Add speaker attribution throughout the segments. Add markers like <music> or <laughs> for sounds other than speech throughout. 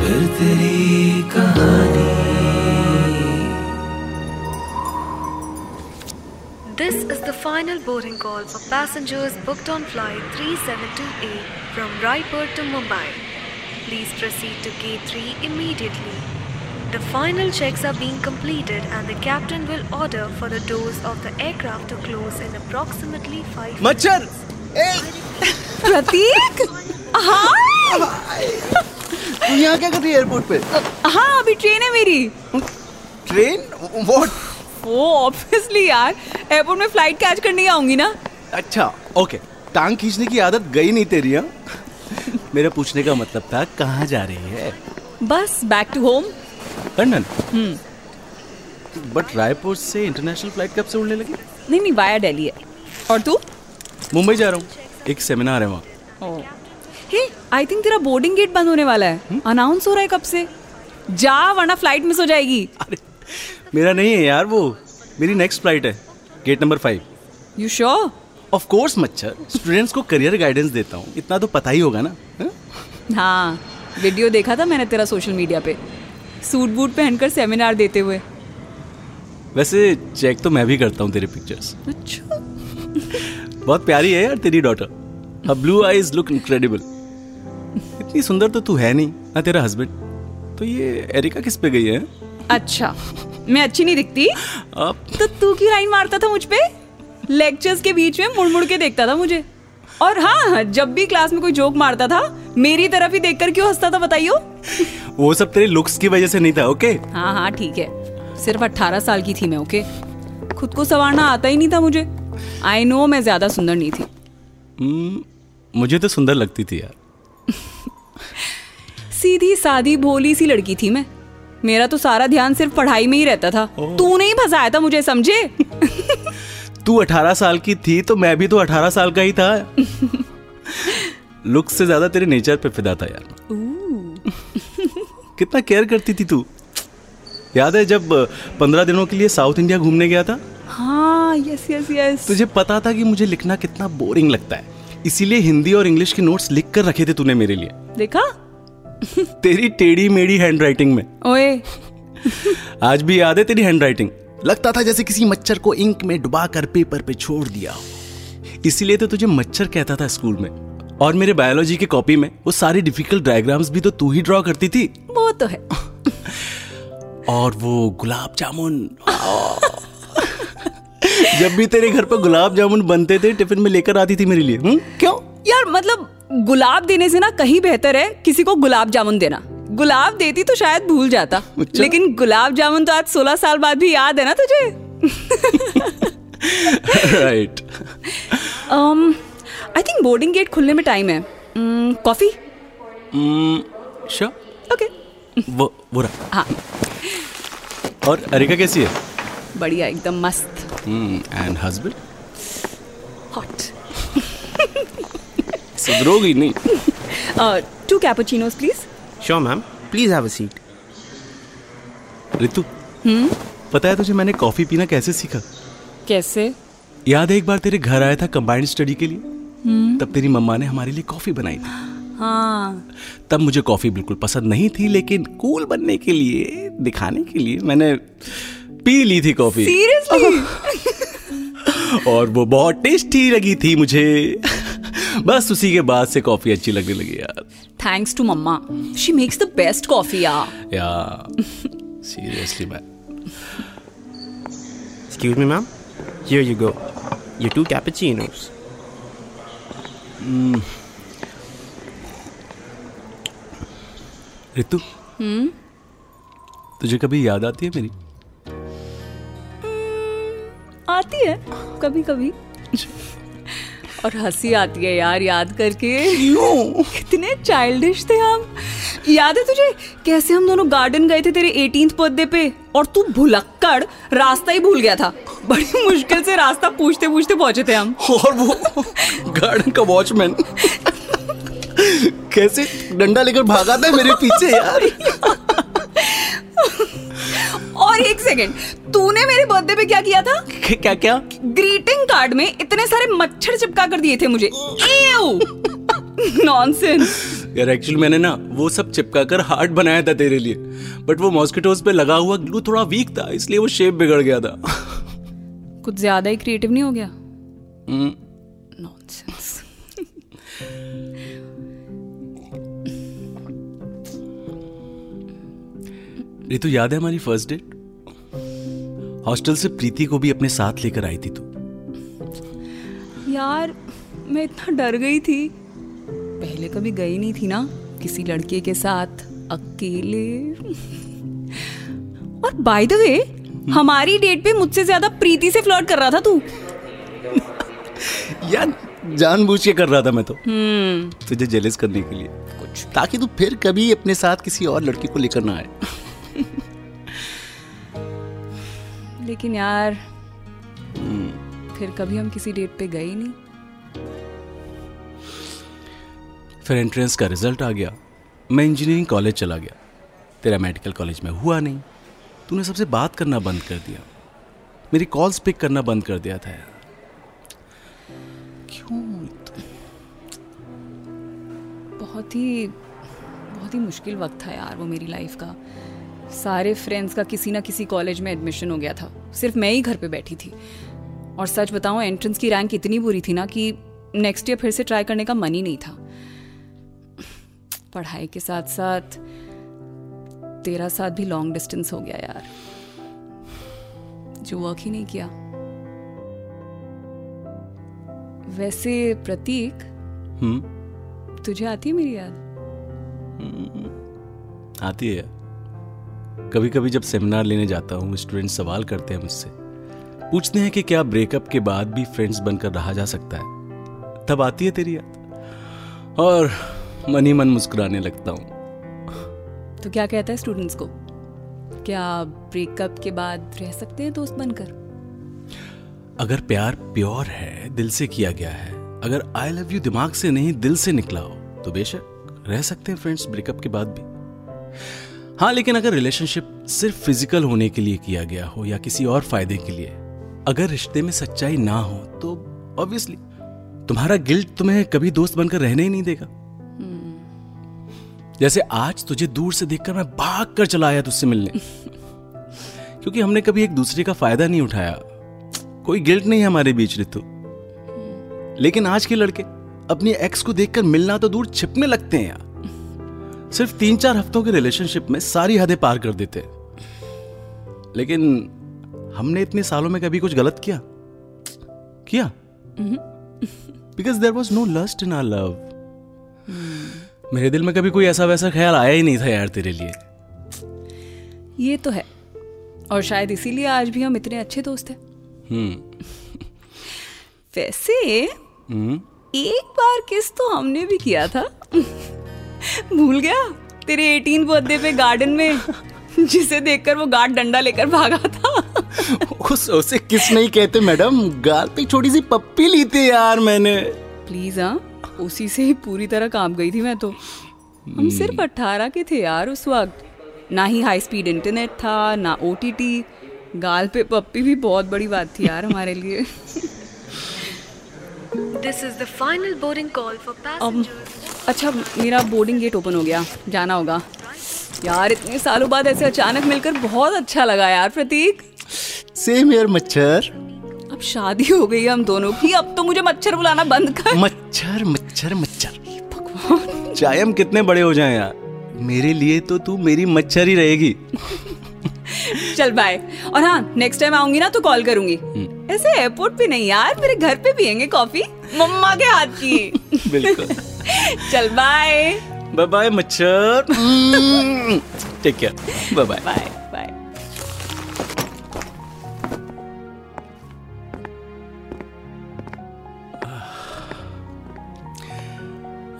Speaker 1: फिर तेरी कहानी
Speaker 2: This is the final boarding call for passengers booked on flight 372A from Raipur to Mumbai. Please proceed to gate 3 immediately. The final checks are being completed and the captain will order for the doors of the aircraft to close in approximately 5
Speaker 3: मच्छर
Speaker 4: प्रतीक हाय
Speaker 3: तू यहाँ क्या कर रही है airport पे
Speaker 4: हाँ अभी ट्रेन है मेरी
Speaker 3: ट्रेन व्हाट
Speaker 4: ओ ऑब्वियसली यार एयरपोर्ट में फ्लाइट कैच करने आऊंगी ना
Speaker 3: अच्छा ओके टांग खींचने की आदत गई नहीं तेरी हाँ मेरे पूछने का मतलब था कहाँ जा रही है
Speaker 4: बस back to home
Speaker 3: London but Raipur से इंटरनेशनल फ्लाइट कब से उड़ने लगी
Speaker 4: नहीं नहीं वाया दिल्ली है और तू
Speaker 3: मुंबई जा रहा हूँ एक सेमिनार है वहाँ
Speaker 4: हे आई थिंक तेरा बोर्डिंग गेट बंद होने वाला है अनाउंस हो रहा है कब से जा वरना फ्लाइट मिस हो जाएगी
Speaker 3: अरे मेरा नहीं है यार वो मेरी नेक्स्ट फ्लाइट है gate number five
Speaker 4: you sure
Speaker 3: of course मच्छर स्टूडेंट्स को करियर गाइडेंस देता हूँ इतना तो पता ही होगा ना हाँ?
Speaker 4: हाँ वीडियो देखा था मैंने तेरा सोशल मीडिया पे सूट बूट पहनकर सेमिनार देते हुए
Speaker 3: वैसे चेक तो मैं भी करता हूँ तेरे पिक्चर्स
Speaker 4: अच्छा
Speaker 3: बहुत प्यारी है यार तेरी डॉटर अब ब्लू आईज लुक इनक्रेडिबल इतनी सुंदर तो तू है नहीं ना तेरा हस्बैंड तो ये एरिका किस पे गई है
Speaker 4: अच्छा मैं अच्छी नहीं दिखती
Speaker 3: अब
Speaker 4: तो तू क्यों लाइन मारता था मुझ पे लेक्चर्स के बीच में मुड़ मुड़ के देखता था मुझे और हाँ जब भी क्लास में कोई जोक मारता था मेरी तरफ ही देखकर क्यों हंसता था बताइयो
Speaker 3: वो सब तेरे लुक्स की वजह से नहीं था ओके
Speaker 4: हाँ हाँ ठीक है सिर्फ 18 साल की थी मैं ओके खुद को संवारना आता ही नहीं था मुझे आई नो मैं ज्यादा सुंदर नहीं थी
Speaker 3: मुझे तो सुंदर लगती थी यार
Speaker 4: सीधी सादी भोली सी लड़की थी मैं मेरा तो सारा ध्यान सिर्फ पढ़ाई में ही रहता था तूने ही फंसाया था मुझे समझे
Speaker 3: तू 18 साल की थी तो मैं भी तो 18 साल का ही था लुक्स से ज्यादा तेरे नेचर पे फिदा था यार <laughs> कितना केयर करती थी तू याद है जब पंद्रह दिनों के लिए साउथ इंडिया घूमने गया था
Speaker 4: हाँ यस यस यस
Speaker 3: तुझे पता था कि मुझे लिखना कितना बोरिंग लगता है इसीलिए हिंदी और इंग्लिश के नोट्स लिख कर रखे थे तूने मेरे लिए
Speaker 4: देखा
Speaker 3: तेरी टेढ़ी मेढ़ी हैंडराइटिंग में
Speaker 4: ओए
Speaker 3: आज भी याद है तेरी हैंडराइटिंग लगता था जैसे किसी मच्छर को इंक में डुबा कर पेपर पे छोड़ दिया हो इसीलिए तो तुझे मच्छर कहता था स्कूल में और मेरे बायोलॉजी की कॉपी में वो सारी डिफिकल्ट डायग्राम्स भी तो तू ही ड्रॉ करती थी
Speaker 4: वो तो है
Speaker 3: और वो गुलाब जामुन <laughs> जब भी तेरे घर पर गुलाब जामुन बनते थे टिफिन में लेकर आती थी मेरे लिए हुँ? क्यों <laughs>
Speaker 4: यार मतलब गुलाब देने से ना कहीं बेहतर है किसी को गुलाब जामुन देना गुलाब देती तो शायद भूल जाता
Speaker 3: अच्छा।
Speaker 4: लेकिन गुलाब जामुन तो आज 16 साल बाद भी याद है ना तुझे
Speaker 3: right
Speaker 4: um, I think boarding gate खुलने में टाइम है Mm, कॉफी
Speaker 3: श्योर
Speaker 4: ओके
Speaker 3: अच्छा, वो वो रहा
Speaker 4: हाँ
Speaker 3: और अरिका कैसी है हम्म,
Speaker 4: बढ़िया एकदम मस्त
Speaker 3: एंड हस्बैंड
Speaker 4: हॉट
Speaker 3: सुधरोगी नहीं
Speaker 4: two cappuccinos please
Speaker 5: sure ma'am
Speaker 1: please have a seat
Speaker 3: Ritu पता है तुझे मैंने कॉफी पीना कैसे सीखा
Speaker 4: कैसे
Speaker 3: याद है एक बार तेरे घर आया था कंबाइंड स्टडी के लिए तब तेरी मम्मा ने हमारे लिए कॉफी बनाई थी
Speaker 4: हाँ
Speaker 3: तब मुझे कॉफी बिल्कुल पसंद नहीं थी लेकिन कूल बनने के लिए दिखाने के लिए मैंने पी ली थी कॉफी
Speaker 4: सीरियसली
Speaker 3: और वो बहुत टेस्टी लगी थी मुझे <laughs> बस उसी के बाद से कॉफी अच्छी लगने लगी यार
Speaker 4: thanks to mama she makes the best coffee यार
Speaker 3: या सीरियसली मैं
Speaker 5: excuse me ma'am here you go ये टू कैपेचिनोस
Speaker 3: रितु तुझे कभी याद आती है मेरी
Speaker 4: आती है कभी कभी और हंसी आती है यार याद करके कितने चाइल्डिश थे हम याद है तुझे कैसे हम दोनों गार्डन गए थे तेरे एटीन बर्थडे पे और तू भुलक्कड़ रास्ता ही भूल गया था बड़ी मुश्किल से रास्ता पूछते पूछते पहुंचे थे हम
Speaker 3: और वो गार्डन का वॉचमैन कैसे डंडा लेकर भागा था मेरे पीछे यार
Speaker 4: और एक सेकेंड तूने मेरे बर्थडे पे क्या किया था
Speaker 3: क्या क्या
Speaker 4: ग्रीटिंग कार्ड में इतने सारे मच्छर चिपका कर दिए थे मुझे नॉनसेंस
Speaker 3: यार एक्चुअली मैंने ना वो सब चिपका कर हार्ट बनाया था तेरे लिए बट वो मॉस्किटोज पे लगा हुआ ग्लू थोड़ा वीक था इसलिए वो शेप बिगड़ गया था
Speaker 4: कुछ ज्यादा ही क्रिएटिव नहीं हो गया
Speaker 3: हम्म,
Speaker 4: नॉनसेंस
Speaker 3: रितु याद है हमारी फर्स्ट डेट हॉस्टल से प्रीति को भी अपने साथ लेकर आई थी तू
Speaker 4: यार मैं इतना डर गई थी पहले कभी गई नहीं थी ना किसी लड़के के साथ अकेले और बाय द वे हमारी डेट पे मुझसे ज्यादा प्रीति से फ्लर्ट कर रहा था तू
Speaker 3: यार जानबूझ के कर रहा था मैं तो
Speaker 4: हम्म,
Speaker 3: तुझे जेलिस करने के लिए कुछ ताकि तू फिर कभी अपने साथ किसी और लड़की को लेकर ना आए
Speaker 4: लेकिन यार फिर कभी हम किसी डेट पे गए ही नहीं
Speaker 3: फिर एंट्रेंस का रिजल्ट आ गया मैं इंजीनियरिंग कॉलेज चला गया तेरा मेडिकल कॉलेज में हुआ नहीं तूने सबसे बात करना बंद कर दिया मेरी कॉल्स पिक करना बंद कर दिया था यार क्यों
Speaker 4: बहुत ही बहुत ही मुश्किल वक्त था यार वो मेरी लाइफ का सारे फ्रेंड्स का किसी ना किसी कॉलेज में एडमिशन हो गया था सिर्फ मैं ही घर पे बैठी थी और सच बताऊं एंट्रेंस की रैंक इतनी बुरी थी ना कि नेक्स्ट ईयर फिर से ट्राई करने का मन ही नहीं था पढ़ाई के साथ साथ तेरा साथ भी लॉन्ग डिस्टेंस हो गया यार जो वर्क ही नहीं किया वैसे प्रतीक
Speaker 3: हम्म
Speaker 4: तुझे आती है मेरी याद
Speaker 3: आती है यार कभी कभी जब सेमिनार लेने जाता हूँ स्टूडेंट सवाल करते हैं मुझसे पूछते हैं कि क्या ब्रेकअप के बाद भी फ्रेंड्स बनकर रहा जा सकता है तब आती है तेरी याद और मन ही मन मुस्कुराने लगता हूँ
Speaker 4: तो क्या कहता है स्टूडेंट्स को क्या ब्रेकअप के बाद रह सकते हैं दोस्त बनकर
Speaker 3: अगर प्यार प्योर है दिल से किया गया है अगर आई लव यू दिमाग से नहीं दिल से निकला हो तो बेशक रह सकते हैं फ्रेंड्स ब्रेकअप के बाद भी हाँ लेकिन अगर रिलेशनशिप सिर्फ फिजिकल होने के लिए किया गया हो या किसी और फायदे के लिए अगर रिश्ते में सच्चाई ना हो तो ऑब्वियसली तुम्हारा गिल्ट तुम्हें कभी दोस्त बनकर रहने ही नहीं देगा जैसे आज तुझे दूर से देखकर मैं भाग कर चला आया तुझसे मिलने क्योंकि हमने कभी एक दूसरे का फायदा नहीं उठाया कोई गिल्ट नहीं है हमारे बीच रितु लेकिन आज के लड़के अपनी एक्स को देखकर मिलना तो दूर छिपने लगते हैं यार सिर्फ तीन चार हफ्तों के रिलेशनशिप में सारी हदें पार कर देते हैं लेकिन हमने इतने सालों में कभी कुछ गलत किया किया because there was no lust in our love मेरे दिल में कभी कोई ऐसा वैसा ख्याल आया ही नहीं था यार तेरे लिए
Speaker 4: ये तो है और शायद इसीलिए आज भी हम इतने अच्छे दोस्त हैं
Speaker 3: हम्म
Speaker 4: <laughs> वैसे
Speaker 3: हम्म
Speaker 4: एक बार किस तो हमने भी किया था भूल गया तेरे एटीन बर्थडे पे गार्डन में जिसे देखकर वो गार्ड डंडा लेकर भागा था
Speaker 3: उस उसे किस नहीं कहते मैडम गाल पे छोटी सी पप्पी ली थी यार मैंने
Speaker 4: प्लीज हाँ उसी से ही पूरी तरह काम गई थी मैं तो हम सिर्फ अट्ठारह के थे यार उस वक्त ना ही हाई स्पीड इंटरनेट था ना ओ गाल पे पप्पी भी बहुत बड़ी बात थी यार हमारे लिए
Speaker 2: This is the final boarding call for
Speaker 4: um,
Speaker 2: passengers.
Speaker 4: अच्छा मेरा बोर्डिंग गेट ओपन हो गया जाना होगा यार इतने सालों बाद ऐसे अचानक मिलकर बहुत अच्छा लगा यार प्रतीक
Speaker 1: सेम हेयर मच्छर
Speaker 4: अब शादी हो गई है हम दोनों की अब तो मुझे मच्छर बुलाना बंद कर <laughs>
Speaker 1: मच्छर मच्छर मच्छर
Speaker 3: चाहे हम कितने बड़े हो जाएं यार मेरे लिए तो तू मेरी मच्छर ही रहेगी
Speaker 4: चल बाय और हाँ नेक्स्ट टाइम आऊंगी ना तो कॉल करूंगी ऐसे एयरपोर्ट पे नहीं यार मेरे घर पे पियेंगे कॉफी मम्मा के हाथ
Speaker 3: <laughs>
Speaker 4: की
Speaker 3: बिल्कुल
Speaker 4: चल बाय
Speaker 3: बाय बाय मच्छर take care bye bye
Speaker 4: bye bye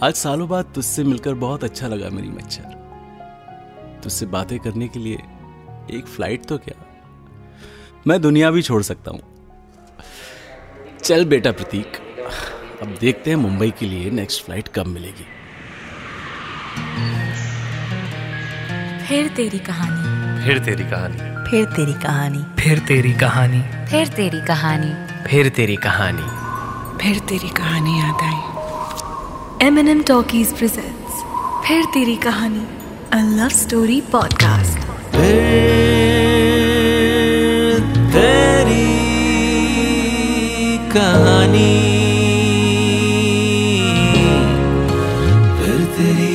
Speaker 3: आज सालों बाद तुझसे मिलकर बहुत अच्छा लगा मेरी मच्छर तुझसे बातें करने के लिए एक फ्लाइट तो क्या मैं दुनिया भी छोड़ सकता हूँ चल बेटा प्रतीक अब देखते हैं मुंबई के लिए नेक्स्ट फ्लाइट कब मिलेगी
Speaker 6: फिर तेरी कहानी
Speaker 7: फिर तेरी कहानी
Speaker 6: फिर तेरी कहानी
Speaker 7: फिर तेरी कहानी
Speaker 6: फिर तेरी कहानी
Speaker 7: फिर तेरी कहानी
Speaker 8: फिर तेरी कहानी याद आई
Speaker 2: M&M Talkies presents फिर तेरी कहानी a love story podcast.
Speaker 7: कहानी फिर तेरी